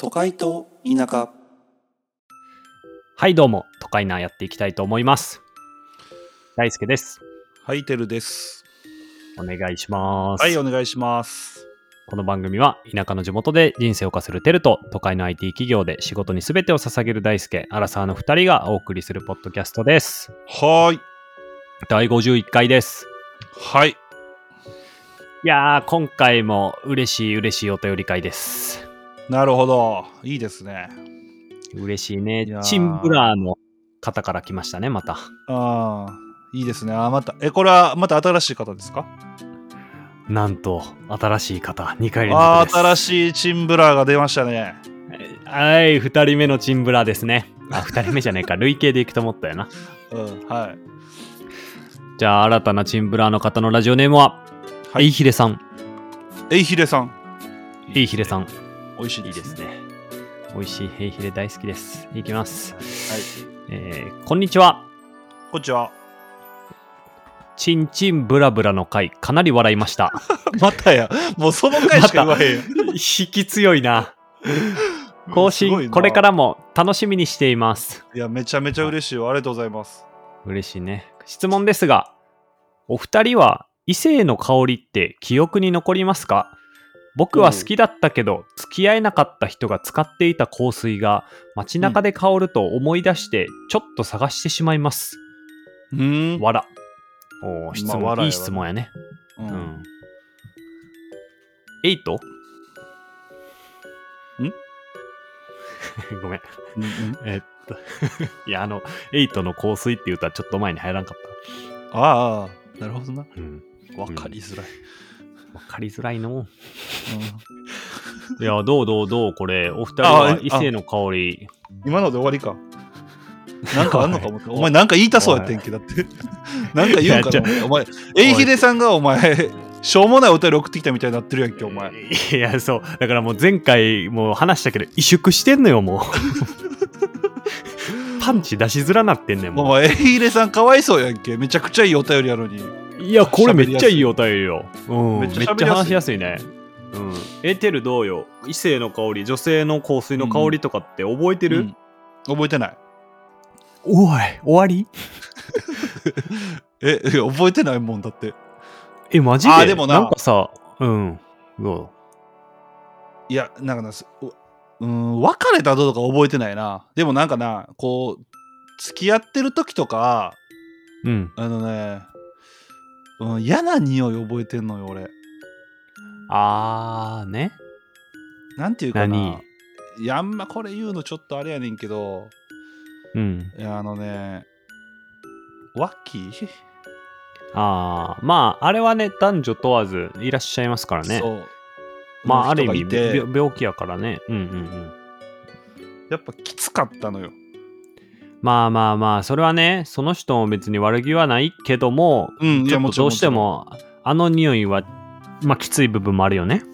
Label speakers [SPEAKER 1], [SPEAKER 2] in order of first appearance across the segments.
[SPEAKER 1] 都会と田舎
[SPEAKER 2] はい、どうも、都会なやっていきたいと思います。大輔です。
[SPEAKER 3] ハイテルです。
[SPEAKER 2] お願いします。
[SPEAKER 3] はい、お願いします。
[SPEAKER 2] この番組は、田舎の地元で人生を課するテルと、都会の IT 企業で仕事に全てを捧げる大輔、アラサーの2人がお送りするポッドキャストです。
[SPEAKER 3] はーい。
[SPEAKER 2] 第51回です。
[SPEAKER 3] はい。
[SPEAKER 2] いやー、今回も嬉しい嬉しいお便り会です。
[SPEAKER 3] なるほど。いいですね。
[SPEAKER 2] 嬉しいね
[SPEAKER 3] いや。ー
[SPEAKER 2] チンブラーの方から来ましたね、また。
[SPEAKER 3] ああ、いいですね。あ、また、え、これはまた新しい方ですか
[SPEAKER 2] なんと、新しい方、2回連
[SPEAKER 3] あ
[SPEAKER 2] 続
[SPEAKER 3] ー新
[SPEAKER 2] です。
[SPEAKER 3] しいチンブラーが出ましたね。
[SPEAKER 2] はい、2人目のチンブラーですね。あ、2人目じゃねえ か、累計でいくと思ったよな。
[SPEAKER 3] うん、はい。
[SPEAKER 2] じゃあ、新たなチンブラーの方のラジオネームは、
[SPEAKER 3] は
[SPEAKER 2] えい
[SPEAKER 3] い。
[SPEAKER 2] ひれさん。
[SPEAKER 3] えいひれさん。
[SPEAKER 2] えいひれさん。
[SPEAKER 3] 美味しい
[SPEAKER 2] い
[SPEAKER 3] で
[SPEAKER 2] いですす
[SPEAKER 3] ね。
[SPEAKER 2] ね。美味しいえいひれ大好きです。いきます。
[SPEAKER 3] はい。
[SPEAKER 2] えーこんにちは。
[SPEAKER 3] こんにちは。
[SPEAKER 2] チンチンブラブラの回、かなり笑い ました。
[SPEAKER 3] またや。もうその回しか言わへんよ。
[SPEAKER 2] 引き強いな。更
[SPEAKER 3] すごい
[SPEAKER 2] 新、
[SPEAKER 3] な
[SPEAKER 2] これからも楽しみにしています。
[SPEAKER 3] いや、めちゃめちゃ嬉しいよ。ありがとうございます。
[SPEAKER 2] 嬉しいね。質問ですが、お二人は異性の香りって記憶に残りますか僕は好きだったけど、付き合えなかった人が使っていた香水が街中で香ると思い出して、ちょっと探してしまいます。
[SPEAKER 3] うーん。
[SPEAKER 2] わら。おー質問、
[SPEAKER 3] まあわらやわ
[SPEAKER 2] いい質問やね。
[SPEAKER 3] う
[SPEAKER 2] うんん。エイトん ごめん。
[SPEAKER 3] うんうん
[SPEAKER 2] えっと、いや、あの、エイトの香水っていうとはちょっと前に入らんかっ
[SPEAKER 3] ああ、なるほどな。
[SPEAKER 2] た。うん。
[SPEAKER 3] わかりづらい。
[SPEAKER 2] わかりづらいの。
[SPEAKER 3] う
[SPEAKER 2] いや、どうどうどう、これ、お二人
[SPEAKER 3] あ
[SPEAKER 2] は
[SPEAKER 3] え
[SPEAKER 2] 異性の香り。
[SPEAKER 3] ん今ので終わり か。なんかあんのか思った。お前なんか言いたそうやってんけだって。 なんか言うんか
[SPEAKER 2] いや
[SPEAKER 3] なお前。えいひでさんがお前、しょうもないお便り送ってきたみたいになってるやんけ、お前。
[SPEAKER 2] いや、そう。だからもう前回、もう話したけど、萎縮してんのよ、もう。 パンチ出しづらなってんねん、
[SPEAKER 3] お
[SPEAKER 2] も
[SPEAKER 3] 前、えいひでさんかわいそうやんけ。めちゃくちゃいいお便りやのに。
[SPEAKER 2] う。いや、これめっちゃいいお便りよ。うん。め
[SPEAKER 3] めっ
[SPEAKER 2] っち
[SPEAKER 3] ちゃ喋りやすい
[SPEAKER 2] ゃ話しやすいね。うん。エーテルどうよ異性の香り、女性の香水の香りとかって覚えてる、
[SPEAKER 3] うん覚えてない。
[SPEAKER 2] おい、終わり
[SPEAKER 3] え、え覚えてないもんだって。
[SPEAKER 2] え、マジで
[SPEAKER 3] あーでもなん
[SPEAKER 2] かさ、うん。ど
[SPEAKER 3] いや、なんかな、すううん、別れた後とか覚えてないな。でもなんかな、こう、付き合ってる時とか、
[SPEAKER 2] ううん。
[SPEAKER 3] あのね、うん、嫌な匂い覚えてんのよ、俺。
[SPEAKER 2] あーね。
[SPEAKER 3] なんていうかな
[SPEAKER 2] 何。
[SPEAKER 3] いや、あんまこれ言うのちょっとあれやねんけど、
[SPEAKER 2] うん。
[SPEAKER 3] いや、あのね、脇、
[SPEAKER 2] ああ、まあ、あれはね、男女問わずいらっしゃいますからね。
[SPEAKER 3] そう。
[SPEAKER 2] まあ、ある
[SPEAKER 3] 人
[SPEAKER 2] 意
[SPEAKER 3] がい
[SPEAKER 2] 味
[SPEAKER 3] て
[SPEAKER 2] 病、病気やからね。うんうんうん。
[SPEAKER 3] やっぱきつかったのよ。
[SPEAKER 2] まあまあまあ、それはね、その人も別に悪気はないけども、
[SPEAKER 3] うん、い
[SPEAKER 2] ち
[SPEAKER 3] や
[SPEAKER 2] ょっとどうして。も、あの匂いは、まあ、きつい部分もあるよね。
[SPEAKER 3] ち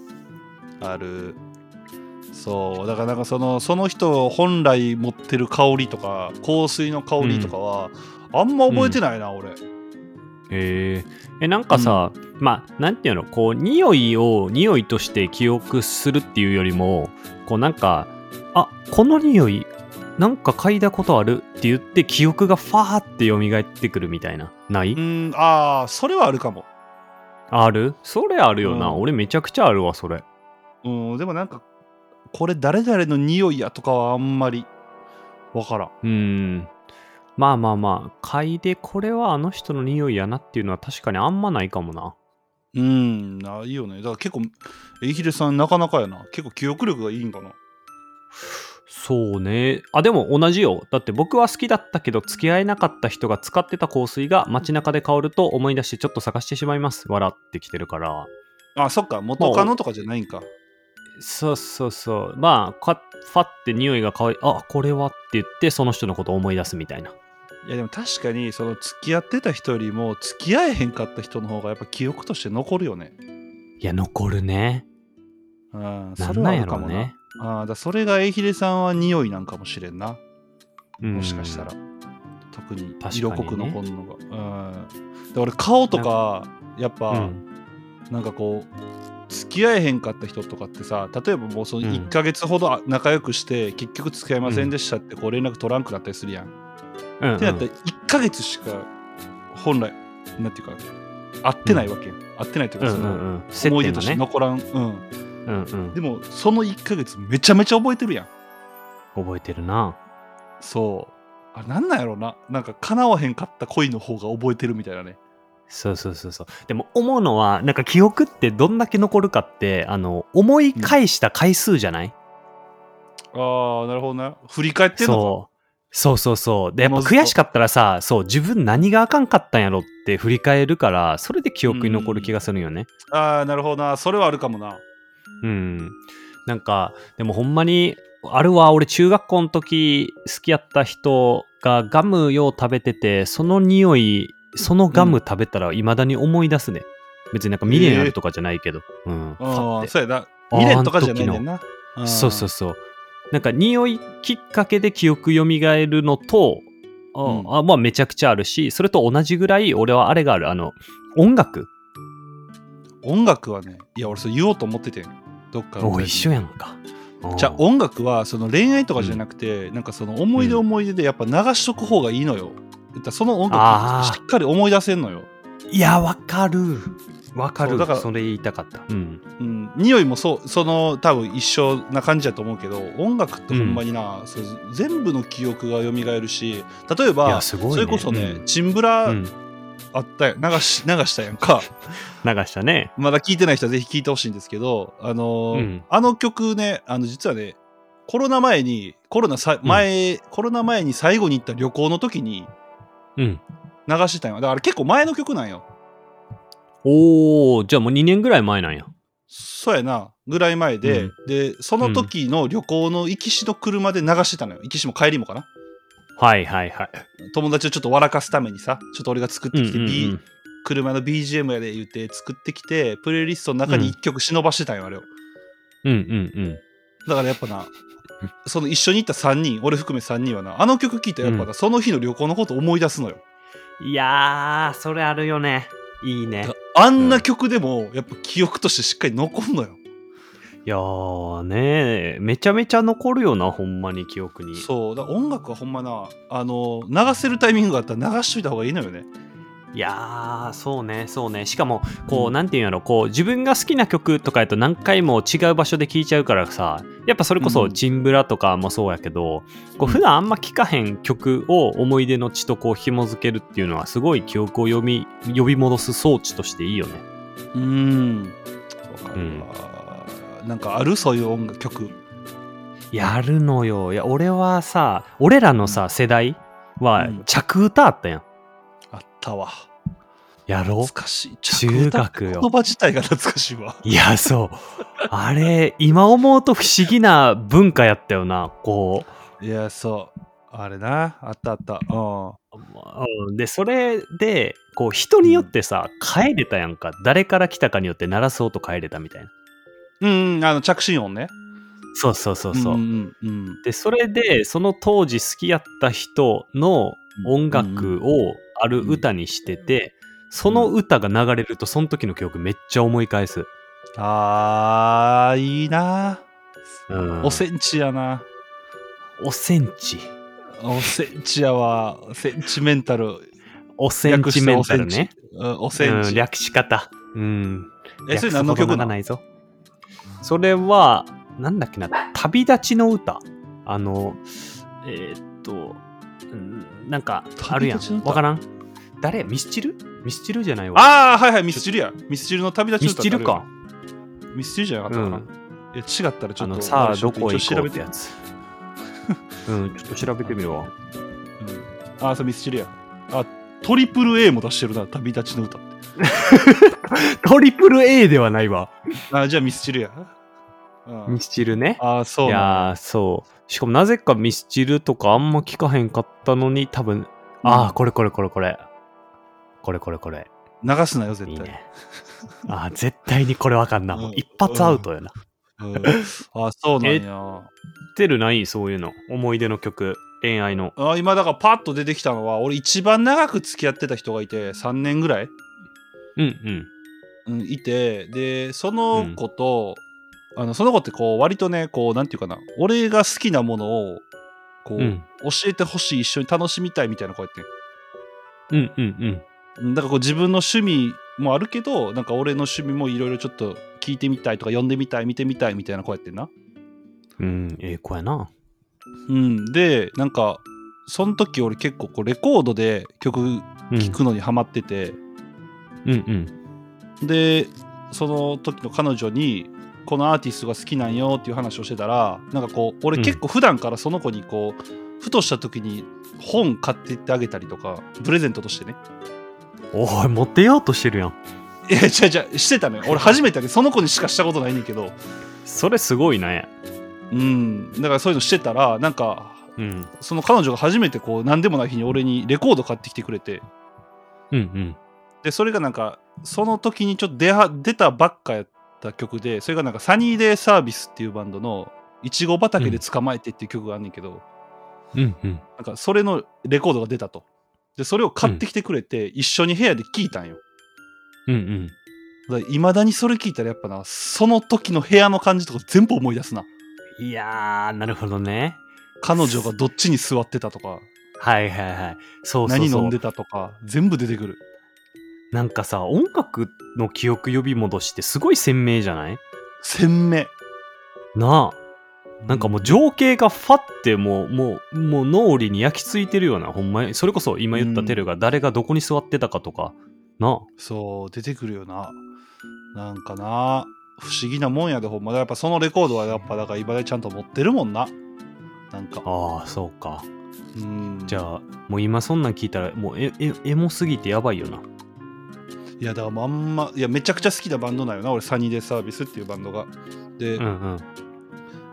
[SPEAKER 3] ろんある。そう、だからなんかその、その人本来持ってる香りとか、香水の香りとかは、あんま覚えてないな、俺。
[SPEAKER 2] へえ。え、なんかさ、まあ、なんていうの、こう、匂いを匂いとして記憶するっていうよりも、こう、なんか、あ、この匂い、なんか嗅いだことあるって言って、記憶がファーって蘇ってくるみたいな。ない、
[SPEAKER 3] うん、ああ、それはあるかも。
[SPEAKER 2] あるそれあるよな、
[SPEAKER 3] うん
[SPEAKER 2] 俺めちゃくちゃあるわそれ
[SPEAKER 3] うん、でもなんか、これ誰々の匂いやとかはあんまりわからん。
[SPEAKER 2] うんまあまあまあ嗅いでこれはあの人の匂いやなっていうのは確かにあんまないかもな
[SPEAKER 3] うん、ないよね。だから結構、えいひれさん、なかなかやな。結構、記憶力がいいんかな。
[SPEAKER 2] そうねあでも同じよだって僕は好きだったけど付き合えなかった人が使ってた香水が街中で香ると思い出してちょっと探してしまいます笑ってきてるから
[SPEAKER 3] あ、そっか、元カノとかじゃないんか。
[SPEAKER 2] そうそうそうまあかファって匂いがかわいあこれはって言ってその人のことを思い出すみたいない
[SPEAKER 3] や、でも確かに、その、付き合ってた人よりも、付き合えへんかった人の方が、やっぱ記憶として残るよね。
[SPEAKER 2] いや残るね
[SPEAKER 3] うん、
[SPEAKER 2] な
[SPEAKER 3] それは
[SPEAKER 2] んな
[SPEAKER 3] あ
[SPEAKER 2] んや
[SPEAKER 3] るか
[SPEAKER 2] ろ
[SPEAKER 3] も
[SPEAKER 2] う
[SPEAKER 3] な。
[SPEAKER 2] ね
[SPEAKER 3] あーだからそれがえいひれさんは匂いなんかもしれんな。
[SPEAKER 2] も
[SPEAKER 3] もしかしたら。特に
[SPEAKER 2] 確か、にね
[SPEAKER 3] 色濃く残るのが。うん。で、俺、顔とか、やっぱ、
[SPEAKER 2] うん
[SPEAKER 3] なんかこう、付き合えへんかった人とかってさ例えばもうその1ヶ月ほど仲良くして、結局付き合いませんでしたってこう連絡取らんくなったりするやん。
[SPEAKER 2] うんうん
[SPEAKER 3] ってなったら1ヶ月しか本来なんていうか合ってないわけやん、合ってないという
[SPEAKER 2] う
[SPEAKER 3] か
[SPEAKER 2] ん
[SPEAKER 3] その
[SPEAKER 2] うんうん接
[SPEAKER 3] 思い出
[SPEAKER 2] 点
[SPEAKER 3] と
[SPEAKER 2] が
[SPEAKER 3] して
[SPEAKER 2] ね
[SPEAKER 3] 残らん、うん、
[SPEAKER 2] うんうん
[SPEAKER 3] でもその1ヶ月めちゃめちゃ覚えてるやん
[SPEAKER 2] 覚えてるな
[SPEAKER 3] そうあれなんなんやろうななんか叶わへんかった恋の方が覚えてるみたいなね
[SPEAKER 2] そうそうそうそうでも思うのはなんか記憶ってどんだけ残るかってあの思い返した回数じゃない、
[SPEAKER 3] ああなるほどな振り返ってんの
[SPEAKER 2] そうそうそうそうでやっぱ
[SPEAKER 3] おのずと
[SPEAKER 2] 悔しかったらさそう自分何があかんかったんやろって振り返るからそれで記憶に残る気がするよね、
[SPEAKER 3] かああなるほどなそれはあるかもな
[SPEAKER 2] うん。なんか、でもほんまに、あれは俺中学校の時好きやった人がガムよう食べてて、その匂い、そのガム食べたら未だに思い出すね。別になんか未練あるとかじゃないけど。うん。パ
[SPEAKER 3] あ
[SPEAKER 2] ッ
[SPEAKER 3] あ
[SPEAKER 2] て
[SPEAKER 3] そうやな
[SPEAKER 2] あー
[SPEAKER 3] 未練とかじゃないねんなあー
[SPEAKER 2] そうそうそう。なんか匂いきっかけで記憶蘇るのと、あ
[SPEAKER 3] うん
[SPEAKER 2] あまあめちゃくちゃあるし、それと同じぐらい俺はあれがある。あの、音楽。
[SPEAKER 3] 音楽はねいや俺それ言おうと思っててんどっかのタ
[SPEAKER 2] お
[SPEAKER 3] イミングで
[SPEAKER 2] 一緒やんか。
[SPEAKER 3] じゃあ
[SPEAKER 2] うん
[SPEAKER 3] 音楽はその恋愛とかじゃなくて、なんかその思い出
[SPEAKER 2] うん
[SPEAKER 3] 思い出でやっぱ流しとく方がいいのよ。言ったらその音
[SPEAKER 2] あ
[SPEAKER 3] 楽
[SPEAKER 2] ー
[SPEAKER 3] しっかり思い出せんのよ。
[SPEAKER 2] いや、わかる。わか
[SPEAKER 3] そ
[SPEAKER 2] る
[SPEAKER 3] うだから
[SPEAKER 2] それ言いたかった。うん。
[SPEAKER 3] うん、匂いもそうその多分一緒な感じだと思うけど音楽ってほんまにな、そう全部の記憶が蘇るし例え
[SPEAKER 2] い
[SPEAKER 3] ば、
[SPEAKER 2] や、すごい、ね。
[SPEAKER 3] それこそね、
[SPEAKER 2] うん
[SPEAKER 3] チンブラ
[SPEAKER 2] うん
[SPEAKER 3] あったやん流し流したやんか
[SPEAKER 2] 流したね。
[SPEAKER 3] まだ聞いてない人はぜひ聞いてほしいんですけどあのー
[SPEAKER 2] うん
[SPEAKER 3] あの曲ねあの実はねコロナ前にコロナさ前、コロナ前に最後に行った旅行の時に
[SPEAKER 2] うん。
[SPEAKER 3] 流してたんよだから結構前の曲なんよ
[SPEAKER 2] おー、じゃあもう2年ぐらい前なんや。
[SPEAKER 3] そうやなぐらい前で、
[SPEAKER 2] うん
[SPEAKER 3] でその時の旅行の行きしの車で流してたのよ行きしも帰りもかな
[SPEAKER 2] はいはいはい。
[SPEAKER 3] 友達をちょっと笑かすためにさちょっと俺が作ってきて、
[SPEAKER 2] うんうんうん
[SPEAKER 3] B 車の BGM やで言って作ってきてプレイリストの中に1曲忍ばしてたんよあれを
[SPEAKER 2] うんうん
[SPEAKER 3] だからやっぱなその一緒に行った3人俺含め3人はなあの曲聴いたらやっぱな、
[SPEAKER 2] う
[SPEAKER 3] その日の旅行のこと思い出すのよ
[SPEAKER 2] うん。いやー、それあるよね。いいね。
[SPEAKER 3] あんな曲でもやっぱ記憶としてしっかり残んのよ
[SPEAKER 2] いやーねめちゃめちゃ残るよな、ほんまに記憶に。
[SPEAKER 3] そうだから音楽はほんまなあの流せるタイミングがあったら流しといた方がいいのよね
[SPEAKER 2] いやー、そうね、そうね。しかも、こう、
[SPEAKER 3] うん
[SPEAKER 2] なんていうんやろ、こう、自分が好きな曲とかやと何回も違う場所で聴いちゃうからさ、やっぱそれこ
[SPEAKER 3] う
[SPEAKER 2] そ、
[SPEAKER 3] ん
[SPEAKER 2] チンブラとかもそうやけど、
[SPEAKER 3] う
[SPEAKER 2] こう、
[SPEAKER 3] ん
[SPEAKER 2] 普段あんま聴かへん曲を思い出の地とこう、紐づけるっていうのは、すごい記憶を呼び、呼び戻す装置としていいよね。
[SPEAKER 3] うんわかるわ、なんかあるそういう音楽曲
[SPEAKER 2] やるのよ。いや、俺はさ、俺らのさ、世代は
[SPEAKER 3] うん、
[SPEAKER 2] 着歌あったやん。
[SPEAKER 3] あったわ
[SPEAKER 2] やろ
[SPEAKER 3] 懐かしい
[SPEAKER 2] 中
[SPEAKER 3] 着歌って
[SPEAKER 2] 学よ
[SPEAKER 3] 言葉自体が懐かしいわ
[SPEAKER 2] いや、そう。あれ、今思うと不思議な文化やったよな、こう。
[SPEAKER 3] いやそうあれなあったあったうん
[SPEAKER 2] うんでそれでこう人によってさ帰れたやんか誰から来たかによって鳴らす音帰れたみたいな
[SPEAKER 3] うん、うん、あの着信音ね
[SPEAKER 2] そうそうそうそう、
[SPEAKER 3] んうんうん
[SPEAKER 2] でそれでその当時好きやった人の音楽をある歌にしてて、その歌が流れるとその時の記憶めっちゃ思い返す、
[SPEAKER 3] あーいいな、
[SPEAKER 2] うん
[SPEAKER 3] おせんちやな
[SPEAKER 2] おせんち
[SPEAKER 3] おせんちやわセンチメンタル
[SPEAKER 2] おせんちメンタルね
[SPEAKER 3] うんおせん
[SPEAKER 2] うん
[SPEAKER 3] ち、
[SPEAKER 2] 略し方うん
[SPEAKER 3] えそれ何の曲
[SPEAKER 2] 略すほ
[SPEAKER 3] な
[SPEAKER 2] ど長
[SPEAKER 3] の
[SPEAKER 2] ないぞそれはなんだっけな旅立ちの歌あのえーっとうんなんかあるや
[SPEAKER 3] 旅立ちの
[SPEAKER 2] ん
[SPEAKER 3] 歌
[SPEAKER 2] わからん誰ミスチルミスチルじゃないわ
[SPEAKER 3] ああはいはいミスチルやミスチルの旅立
[SPEAKER 2] ミ
[SPEAKER 3] ち
[SPEAKER 2] ス
[SPEAKER 3] の歌
[SPEAKER 2] チル
[SPEAKER 3] ってあ
[SPEAKER 2] か
[SPEAKER 3] るよミスチルじゃなかった
[SPEAKER 2] う
[SPEAKER 3] かな、
[SPEAKER 2] ん
[SPEAKER 3] え違ったらちょ
[SPEAKER 2] あ
[SPEAKER 3] っと
[SPEAKER 2] のさあ
[SPEAKER 3] ちょ
[SPEAKER 2] ど
[SPEAKER 3] っと
[SPEAKER 2] こへ
[SPEAKER 3] 一
[SPEAKER 2] 行
[SPEAKER 3] 応調べ
[SPEAKER 2] こうって
[SPEAKER 3] て
[SPEAKER 2] やつ うんちょっと調べてみ るわ
[SPEAKER 3] うん、ああそうミスチルやあトリプル A も出してるな旅立ちの歌って
[SPEAKER 2] トリプル A ではないわ
[SPEAKER 3] あじゃあミスチルや、うん
[SPEAKER 2] ミ、スチルね
[SPEAKER 3] ああそう
[SPEAKER 2] い
[SPEAKER 3] な
[SPEAKER 2] やーそうしかもなぜかミスチルとかあんま聞かへんかったのに多分ああこれこれこれこれこれこれこれ
[SPEAKER 3] の流すなよ絶
[SPEAKER 2] い
[SPEAKER 3] 対
[SPEAKER 2] いね。あー絶対にこれわかんな。
[SPEAKER 3] うん
[SPEAKER 2] もう一発アウトやな。
[SPEAKER 3] うん、ああそうなんや
[SPEAKER 2] てるないそういうの。思い出の曲、恋愛の。
[SPEAKER 3] あ今だからパッと出てきたのは俺一番長く付き合ってた人がいて3年ぐらい
[SPEAKER 2] うんうん。
[SPEAKER 3] うん、いてでその子と、あのその子ってこう割とねこうなんていうかな俺が好きなものをこう、
[SPEAKER 2] うん
[SPEAKER 3] 教えてほしい一緒に楽しみたいみたいな子やってん
[SPEAKER 2] うんうんうん
[SPEAKER 3] うんだからこう自分の趣味もあるけどなんか俺の趣味もいろいろちょっと聞いてみたいとか読んでみたい見てみたいみたいな子やってんな。
[SPEAKER 2] うんええ子やな
[SPEAKER 3] うん、でなんかその時俺結構こうレコードで曲
[SPEAKER 2] うん
[SPEAKER 3] 聴くのにハマってて、
[SPEAKER 2] うんうん
[SPEAKER 3] でその時の彼女にこのアーティストが好きなんよっていう話をしてたらなんかこう俺
[SPEAKER 2] うん
[SPEAKER 3] 結構普段からその子にこうふとした時に本買ってってあげたりとかプレゼントとしてね
[SPEAKER 2] おい持ってようとしてるやん
[SPEAKER 3] いや違う違うしてたのよ俺初めてだけどその子にしかしたことないねんだけど
[SPEAKER 2] それすごいね
[SPEAKER 3] うんだからそういうのしてたらなんか
[SPEAKER 2] うん
[SPEAKER 3] その彼女が初めてこう何でもない日に俺にレコード買ってきてくれて
[SPEAKER 2] うん
[SPEAKER 3] でそれがなんかその時にちょっと出は出たばっかやった曲でそれがなんかサニーデイサービスっていうバンドの「いちご畑で捕まえて」っていう曲があんねんけど、
[SPEAKER 2] うんうんうん
[SPEAKER 3] なんかそれのレコードが出たとでそれを買ってきてくれて、一緒に部屋で聴いたんよ
[SPEAKER 2] うん
[SPEAKER 3] いまだにそれ聞いたらやっぱなその時の部屋の感じとか全部思い出すな
[SPEAKER 2] うんいやーなるほどね
[SPEAKER 3] 彼女がどっちに座ってたとか
[SPEAKER 2] はいはいはいそうそうそう
[SPEAKER 3] 何飲んでたとか全部出てくる
[SPEAKER 2] なんかさ音楽の記憶呼び戻しってすごい鮮明じゃない
[SPEAKER 3] 鮮明
[SPEAKER 2] なあなんかもう情景がファってもうもうもう脳裏に焼き付いてるようなほんまにそれこそ今言ったテルが誰がどこに座ってたかとか、な
[SPEAKER 3] そう出てくるよななんかな不思議なもんやでほんまやっぱそのレコードはやっぱだから今でちゃんと持ってるもんななんか
[SPEAKER 2] あああそうか
[SPEAKER 3] うん
[SPEAKER 2] じゃあもう今そんなん聞いたらもうええエモすぎてやばいよない
[SPEAKER 3] やだからまんまいやめちゃくちゃ好きなバンドなんよな俺サニーデイサービスっていうバンドがで、
[SPEAKER 2] うんうん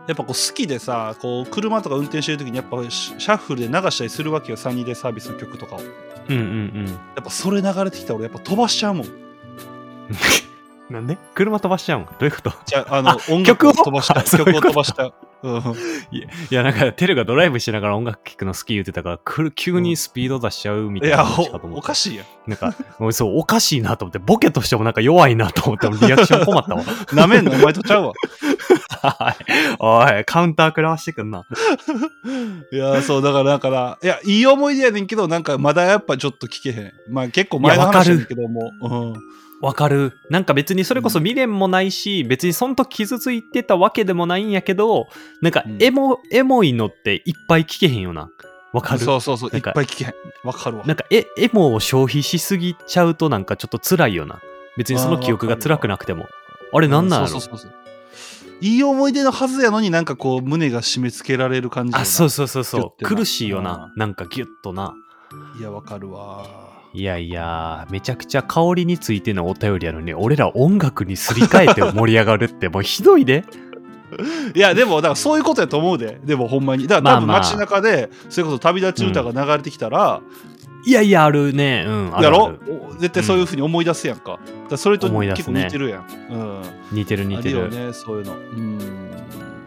[SPEAKER 3] やっぱこう好きでさこう車とか運転してる時にやっぱシシャッフルで流したりするわけよサニーデイサービスの曲とかをや
[SPEAKER 2] うんうん
[SPEAKER 3] っぱそれ流れてきたら俺やっぱ飛ばしちゃうもん
[SPEAKER 2] うんなんで車飛ばしちゃうんどういうこと
[SPEAKER 3] じゃああの音
[SPEAKER 2] 曲
[SPEAKER 3] 楽
[SPEAKER 2] を
[SPEAKER 3] を飛ばした
[SPEAKER 2] あ そういう
[SPEAKER 3] 曲
[SPEAKER 2] こ
[SPEAKER 3] を
[SPEAKER 2] と
[SPEAKER 3] 飛ばした うん
[SPEAKER 2] いやなんかテルがドライブしながら音楽聴くの好き言ってたからくる急にスピード出しちゃうみ
[SPEAKER 3] い
[SPEAKER 2] たいな
[SPEAKER 3] や
[SPEAKER 2] 話かと
[SPEAKER 3] お
[SPEAKER 2] 思
[SPEAKER 3] お
[SPEAKER 2] った
[SPEAKER 3] かしいやん
[SPEAKER 2] なんか、俺そう、おかしいなと思って、ボケとしてもなんか弱いなと思って、俺リアクション困ったわ。
[SPEAKER 3] なめんのお前とちゃうわ
[SPEAKER 2] はいおい、カウンター食らわしてくんな。
[SPEAKER 3] いやーそうだからだからいやいい思い出やねんけどなんかまだやっぱちょっと聞けへんまあ結構前の
[SPEAKER 2] いやわか
[SPEAKER 3] 話
[SPEAKER 2] る
[SPEAKER 3] やねんけどもうん
[SPEAKER 2] わかる。なんか別にそれこそ未練もないし、別にその時傷ついてたわけでもないんやけど、なんか
[SPEAKER 3] うん
[SPEAKER 2] エモ、エモいのっていっぱい聞けへんよな。わかる。
[SPEAKER 3] そうそうそうい
[SPEAKER 2] な
[SPEAKER 3] っ
[SPEAKER 2] んか
[SPEAKER 3] ぱい聞けへんわかるわ
[SPEAKER 2] なんかエ、エモを消費しすぎちゃうとなんかちょっと辛いよな。別にその記憶が辛くなくても。あれなんなんやろ、
[SPEAKER 3] そうそうそうそういい思い出のはずやのになんかこう胸が締め付けられる感じよな
[SPEAKER 2] あ、そうそうそうそ
[SPEAKER 3] ギ
[SPEAKER 2] う。
[SPEAKER 3] ュッてな
[SPEAKER 2] 苦しいよな。なんかギュッとな。
[SPEAKER 3] いやわかるわ
[SPEAKER 2] いやいや、めちゃくちゃ香りについてのお便りやのに、俺ら音楽にすり替えて盛り上がるって、もうひど いで。
[SPEAKER 3] いやでもだからそういうことやと思うででもほんまにだから多分
[SPEAKER 2] まあまあ
[SPEAKER 3] 街中でそれこそ旅立ち歌が流れてきたら、
[SPEAKER 2] いやいや、あるね。うん、ある
[SPEAKER 3] や
[SPEAKER 2] あ
[SPEAKER 3] ろ
[SPEAKER 2] る。
[SPEAKER 3] お絶対そういうふうに思い出すやんか,、だからそれと
[SPEAKER 2] 思い出
[SPEAKER 3] 結
[SPEAKER 2] す
[SPEAKER 3] 構
[SPEAKER 2] ね
[SPEAKER 3] 似てるやん、うん
[SPEAKER 2] 似てる似て
[SPEAKER 3] あ
[SPEAKER 2] る。
[SPEAKER 3] るよねそういうのうん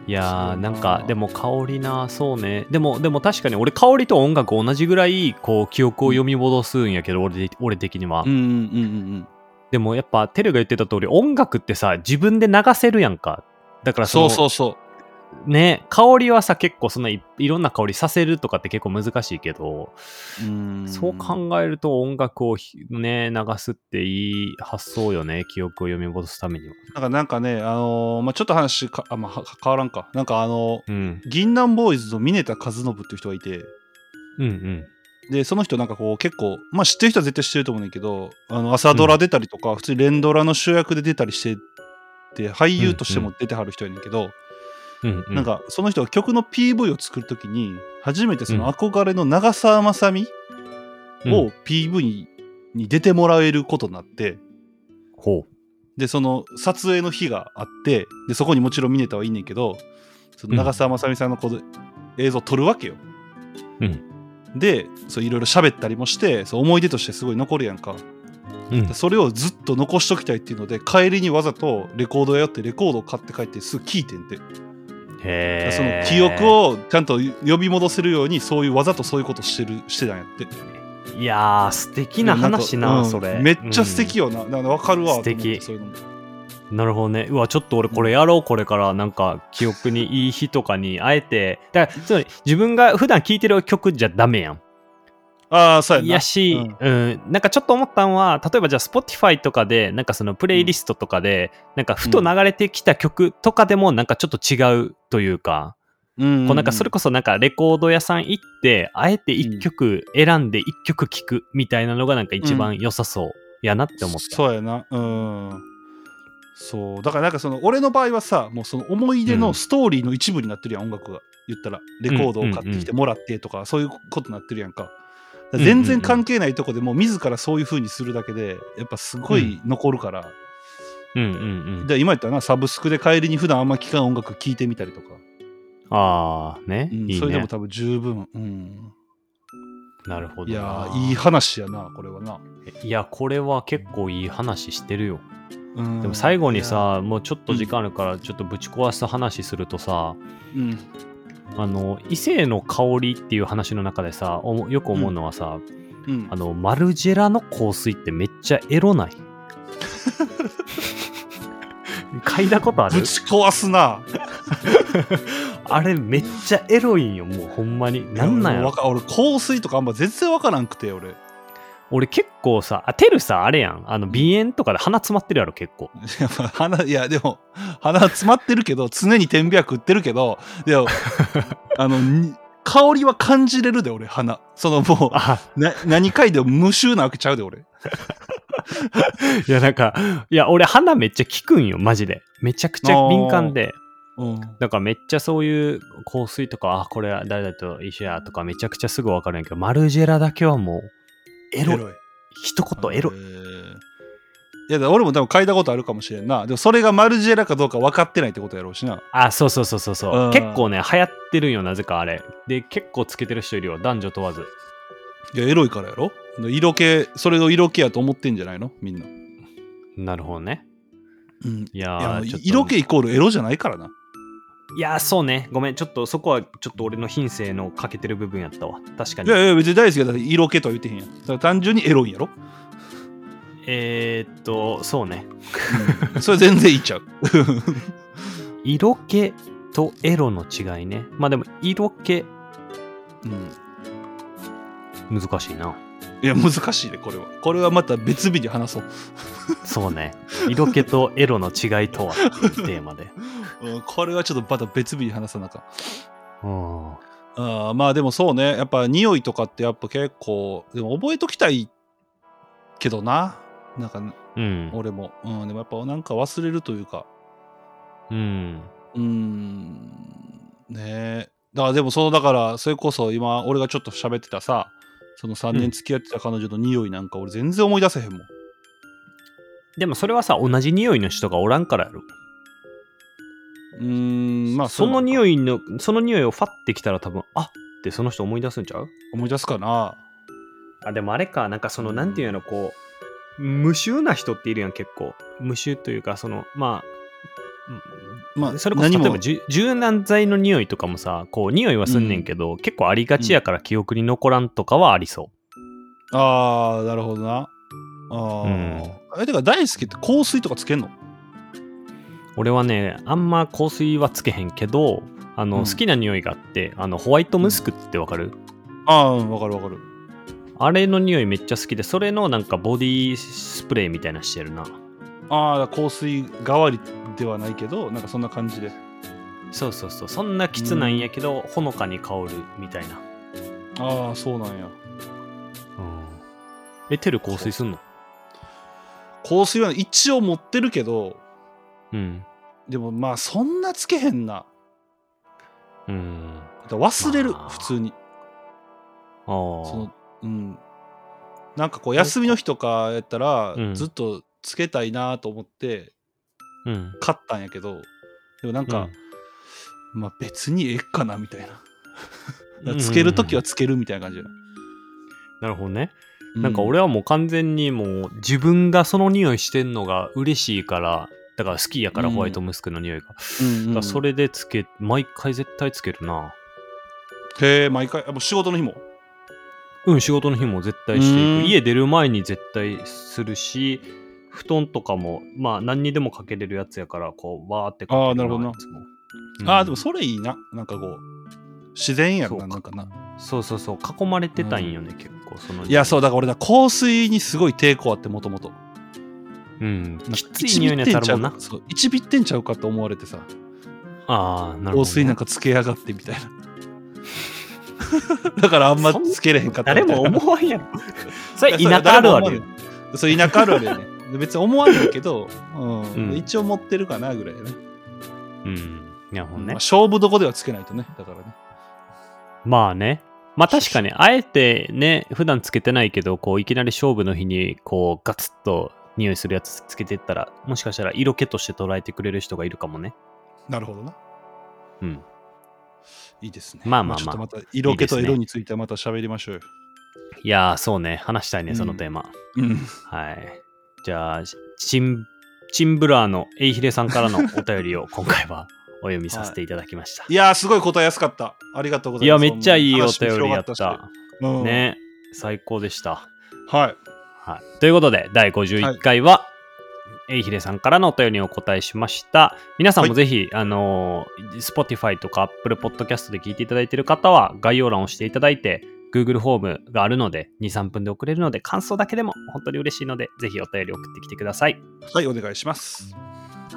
[SPEAKER 2] いやー、なんか、で
[SPEAKER 3] も
[SPEAKER 2] も香りな、そうね。でも、でも確かに俺、香りと音楽同じぐらい、こう、記憶を読み戻すんやけど、俺で俺的には。
[SPEAKER 3] うんうんうんうん
[SPEAKER 2] でも、やっぱ、テルが言ってた通り、音楽ってさ、自分で流せるやんか。だ
[SPEAKER 3] う
[SPEAKER 2] か
[SPEAKER 3] ん
[SPEAKER 2] ら
[SPEAKER 3] そう
[SPEAKER 2] の
[SPEAKER 3] そうそ
[SPEAKER 2] ね、香りはさ、結構そんないいろんな香りさせるとかって結構難しいけど、
[SPEAKER 3] ううん
[SPEAKER 2] そう考えると音楽をひね流すっていい発想よね記憶を読み戻すためには。
[SPEAKER 3] なんかなんかねあのーまあちょっと話かあ、まあ、は変わらんかなんかあの
[SPEAKER 2] うん
[SPEAKER 3] ー銀杏ボーイズの峰田和信っていう人がいて
[SPEAKER 2] うんうん
[SPEAKER 3] でその人なんかこう結構まあ知ってる人は絶対知ってると思うねんだけどあの朝ドラ出たりとか、普通に連ドラの主役で出たりしてて俳優としても出てはる人やねんけど、
[SPEAKER 2] うんうん
[SPEAKER 3] なんかその人が曲の PV を作るときに初めてその憧れの長澤まさみ、
[SPEAKER 2] う
[SPEAKER 3] を
[SPEAKER 2] ん
[SPEAKER 3] PV にに出てもらえることになって
[SPEAKER 2] ほ
[SPEAKER 3] でその撮影の日があってでそこにもちろんミネタはいいねんけどその長澤まさみさんのこの映像を撮るわけよ。
[SPEAKER 2] う
[SPEAKER 3] でそういろいろ喋ったりもしてそう思い出としてすごい残るやんか
[SPEAKER 2] う、うん
[SPEAKER 3] で、それをずっと残しときたいっていうので帰りにわざとレコード屋寄ってレコードを買って帰ってすぐ聴いてんて、
[SPEAKER 2] へ
[SPEAKER 3] その記憶をちゃんと呼び戻せるようにそういうわざとそういうことしてるしてたんやって
[SPEAKER 2] いやー素敵な話な、
[SPEAKER 3] んか
[SPEAKER 2] それ、
[SPEAKER 3] めっちゃ素
[SPEAKER 2] うん
[SPEAKER 3] 敵よな、だから分かるわと思って
[SPEAKER 2] 素敵
[SPEAKER 3] そういうのも
[SPEAKER 2] なるほどね。うわ、ちょっと俺これやろう、これから。なんか、記憶にいい日とかに、あえて。だから、つまり、自分が普段聴いてる曲じゃダメやん。
[SPEAKER 3] ああそうやない
[SPEAKER 2] やし、うん、なんかちょっと思ったんは、例えばじゃあ、Spotify とかで、なんかそのプレイリストとかで、なんかふと流れてきた曲とかでも、なんかちょっと違うというか、
[SPEAKER 3] うん
[SPEAKER 2] こうなんかそれこそなんかレコード屋さん行って、あえて1曲選んで1曲聴くみたいなのが、なんか一番良さそうやなって思った。
[SPEAKER 3] そうやなうんそうだからなんかその俺の場合はさもうその思い出
[SPEAKER 2] う
[SPEAKER 3] の
[SPEAKER 2] ん
[SPEAKER 3] ストーリーの一部になってるやん、音楽が言ったらレコードを買ってきてもらってとか、そういうことになってるやんかだから全
[SPEAKER 2] うんうんう
[SPEAKER 3] 然
[SPEAKER 2] ん
[SPEAKER 3] 関係ないとこでもう自らそういう風にするだけでやっぱすごい残るから、
[SPEAKER 2] うんうんうん。
[SPEAKER 3] で今言ったなサブスクで帰りに普段あんま聴かん音楽聴いてみたりとか、
[SPEAKER 2] あー、ね。
[SPEAKER 3] うん
[SPEAKER 2] いい
[SPEAKER 3] それでも
[SPEAKER 2] ね。
[SPEAKER 3] 多分十分、うん、
[SPEAKER 2] なるほどな。
[SPEAKER 3] いやーいい話やなこれはな、
[SPEAKER 2] いや、これは結構いい話してるよ。
[SPEAKER 3] うん
[SPEAKER 2] でも最後にさ、もうちょっと時間あるから、ちょっとぶち壊す話するとさ、
[SPEAKER 3] いやうん
[SPEAKER 2] あの、異性の香りっていう話の中でさ、おもよく思うのはさ、
[SPEAKER 3] うん
[SPEAKER 2] あの、マルジェラの香水ってめっちゃエ ロない嗅いだことあ
[SPEAKER 3] ぶ
[SPEAKER 2] る
[SPEAKER 3] ち壊すな
[SPEAKER 2] あれめっちゃエロいんよ、もうほんまに。なんなんや
[SPEAKER 3] い
[SPEAKER 2] ろ
[SPEAKER 3] 俺わか俺香水とかあんま全然わからんくて俺 い
[SPEAKER 2] 俺結構さ、当てるさ、あれやん。あの、鼻炎とかで鼻詰まってるやろ、結構。
[SPEAKER 3] やまあ鼻いやでも鼻詰まってるけど常に天秤は食ってるけどで もあのに香りは感じれるで俺鼻そのも
[SPEAKER 2] あ、
[SPEAKER 3] うな何回でも無臭なわけちゃうで俺
[SPEAKER 2] いやなんか、いや俺鼻めっちゃ効くんよ、マジで。めちゃくちゃ敏感
[SPEAKER 3] う
[SPEAKER 2] で。
[SPEAKER 3] ん
[SPEAKER 2] なんかめっちゃそういう香水とか、あ、これは誰だと一緒やとかめちゃくちゃすぐわかるんやけど、マルジェラだけはもう、エロい。
[SPEAKER 3] い
[SPEAKER 2] 一言エロ
[SPEAKER 3] え
[SPEAKER 2] い。
[SPEAKER 3] ーいやだから俺も多分嗅いだことあるかもしれんなでもそれがマルジェラかどうか分かってないってことやろうしな
[SPEAKER 2] あ、そうそうそうそうそうう。
[SPEAKER 3] ん
[SPEAKER 2] 結構ね、流行ってるんよ、なぜかあれ。で、結構つけてる人いるよ、男女問わず。
[SPEAKER 3] いやエロいからやろ色気それを色気やと思ってんじゃないのみんな、
[SPEAKER 2] なるほどね。
[SPEAKER 3] うん、
[SPEAKER 2] いや
[SPEAKER 3] いやも
[SPEAKER 2] ー
[SPEAKER 3] う
[SPEAKER 2] ちょっと
[SPEAKER 3] 色気イコールエロじゃないからない
[SPEAKER 2] やーそうね。ごめん、ちょっとそこはちょっと俺の品性の欠けてる部分やったわ。確か
[SPEAKER 3] い
[SPEAKER 2] に。
[SPEAKER 3] やいや別に大好きだって色気とは言ってへんやんそれ単純にエロいんやろ、
[SPEAKER 2] えー、っと、そうね。
[SPEAKER 3] それ全然いいっちゃう
[SPEAKER 2] 色気とエロの違いね。まあでも、色気、
[SPEAKER 3] うん
[SPEAKER 2] 難しいな。
[SPEAKER 3] いや難しいねこれはこれはまた別日に話そう、
[SPEAKER 2] そう ね。色気とエロの違いとはっていうテーマで。
[SPEAKER 3] うん、これはちょっとまた別日に話さなあかん
[SPEAKER 2] うん。うん
[SPEAKER 3] あーまあでもそうねやっぱ匂いとかってやっぱ結構でも覚えときたいけどななんか
[SPEAKER 2] うん。
[SPEAKER 3] 俺も、うん、でもやっぱなんか忘れるというか
[SPEAKER 2] うん。
[SPEAKER 3] うーんねえだからでもそのだからそれこそ今俺がちょっと喋ってたさその3
[SPEAKER 2] うん
[SPEAKER 3] 年付き合ってた彼女の匂いなんか俺全然思い出せへんもん、
[SPEAKER 2] でもそれはさ、同じ匂いの人がおらんからやろ。
[SPEAKER 3] うーんまあ
[SPEAKER 2] その
[SPEAKER 3] い
[SPEAKER 2] 匂いの、その匂いをファってきたら多分、あってその人思い出すんちゃう
[SPEAKER 3] 思い出すかな
[SPEAKER 2] あ、でもあれか、なんかその、なんていうの、こう、無臭な人っているやん、結構。無臭というか、その、まあ、うん
[SPEAKER 3] まあ
[SPEAKER 2] それこそ
[SPEAKER 3] 何
[SPEAKER 2] 例え
[SPEAKER 3] も
[SPEAKER 2] ばじゅ柔軟剤の匂いとかもさこう匂いはすんねんけど、結構ありがちやから記憶に残らんとかはありそ
[SPEAKER 3] ああなるほどなああ、えてか大好きって香水とかつけんの
[SPEAKER 2] う俺はねあんま香水はつけへんけどあの、
[SPEAKER 3] うん
[SPEAKER 2] 好きな匂いがあってあのホワイトムスクってわかる、
[SPEAKER 3] ああうんわかるわかる
[SPEAKER 2] あれの匂いめっちゃ好きでそれのなんかボディスプレーみたいなしてるな
[SPEAKER 3] ああ香水代わりではないけどなんかそんな感じで
[SPEAKER 2] そうそうそうそんなきつないんやけど、ほのかに香るみたいな
[SPEAKER 3] ああそうなんや
[SPEAKER 2] うんえテル香水すんの
[SPEAKER 3] 香水は一応持ってるけど
[SPEAKER 2] うん
[SPEAKER 3] でもまあそんなつけへんな
[SPEAKER 2] うん
[SPEAKER 3] だから忘れる、
[SPEAKER 2] まあ
[SPEAKER 3] 普通に
[SPEAKER 2] あ
[SPEAKER 3] そ
[SPEAKER 2] あ
[SPEAKER 3] のうんなんかこう休みの日とかやったら、
[SPEAKER 2] うん
[SPEAKER 3] ずっとつけたいなと思って
[SPEAKER 2] うん
[SPEAKER 3] 買ったんやけどでもなんか、まあ別にええかなみたいなだからつけるときはつけるみたいな感じや、
[SPEAKER 2] なるほどね
[SPEAKER 3] う
[SPEAKER 2] なんか俺はもう完全にもう自分がその匂いしてんのが嬉しいから、だから好きやから
[SPEAKER 3] うん
[SPEAKER 2] ホワイトムスクの匂いが。
[SPEAKER 3] うん
[SPEAKER 2] だ
[SPEAKER 3] うん
[SPEAKER 2] からそれでつけ、毎回絶対つけるな。
[SPEAKER 3] へえ毎回あもう仕事の日も
[SPEAKER 2] うん、仕事の日も絶対して
[SPEAKER 3] う
[SPEAKER 2] い
[SPEAKER 3] ん
[SPEAKER 2] く。家出る前に絶対するし、布団とかも、まあ、何にでもかけれるやつやから、こう、わーってかける
[SPEAKER 3] あーなるほどない
[SPEAKER 2] つもうん
[SPEAKER 3] ああ、でもそれいいな。なんかこう、自然やん
[SPEAKER 2] そ
[SPEAKER 3] な、
[SPEAKER 2] うか
[SPEAKER 3] なんかな。
[SPEAKER 2] そうそうそう、囲まれてたんよね、結構、その。
[SPEAKER 3] いや、そう、だから俺な、香水にすごい抵抗あって、もともと。
[SPEAKER 2] うん、
[SPEAKER 3] なんか
[SPEAKER 2] きつい匂いのやつあるもんな。
[SPEAKER 3] いちびってんちゃうかと思われてさ、
[SPEAKER 2] ああ、なるほど
[SPEAKER 3] 香
[SPEAKER 2] ね、
[SPEAKER 3] 水なんか つけやがってみたいな。だからあんまつけれへんかったみた
[SPEAKER 2] 誰
[SPEAKER 3] いな。
[SPEAKER 2] も思わんやろ。 それ、
[SPEAKER 3] いや
[SPEAKER 2] 田舎あるあるよ。。
[SPEAKER 3] そう、田舎あるあるよね。で別に思わないけど、うん
[SPEAKER 2] うん
[SPEAKER 3] 一応持ってるかなぐらいね。
[SPEAKER 2] うん。なるほど
[SPEAKER 3] まあ
[SPEAKER 2] ね。
[SPEAKER 3] 勝負どこではつけないとね、だからね。
[SPEAKER 2] まあね。まあ確かに、あえてね、普段つけてないけど、こう、いきなり勝負の日に、こう、ガツッと匂いするやつつけてったら、もしかしたら色気として捉えてくれる人がいるかもね。
[SPEAKER 3] なるほどな。
[SPEAKER 2] うん。
[SPEAKER 3] いいですね。
[SPEAKER 2] まあまあまあ
[SPEAKER 3] ちょっとまた色気と
[SPEAKER 2] いいですね
[SPEAKER 3] 色についてはまた喋りましょうよ。
[SPEAKER 2] いやー、そうね。話したいね、そのテーマ。
[SPEAKER 3] うん
[SPEAKER 2] はい。じゃあ、チン、チンブラーのエイヒレさんからのお便りを今回はお読みさせていただきました。
[SPEAKER 3] いやー、すごい答えやすかった。ありがとうござ
[SPEAKER 2] い
[SPEAKER 3] いま
[SPEAKER 2] や、
[SPEAKER 3] す。
[SPEAKER 2] めっちゃいいお便りやっ
[SPEAKER 3] 話も広が
[SPEAKER 2] た。
[SPEAKER 3] しうん
[SPEAKER 2] ね。最高でした。
[SPEAKER 3] はい。
[SPEAKER 2] はい、ということで第51回は、えいひれさんからのお便りにお答えしました皆さんもぜひ、あのー Spotify とか Apple Podcast で聞いていただいている方は概要欄を押していただいて Google フォームがあるので23分で送れるので感想だけでも本当に嬉しいのでぜひお便り送ってきてください
[SPEAKER 3] はい、お願いします。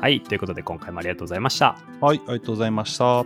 [SPEAKER 2] はいということで今回もありがとうございました
[SPEAKER 3] はい、ありがとうございました。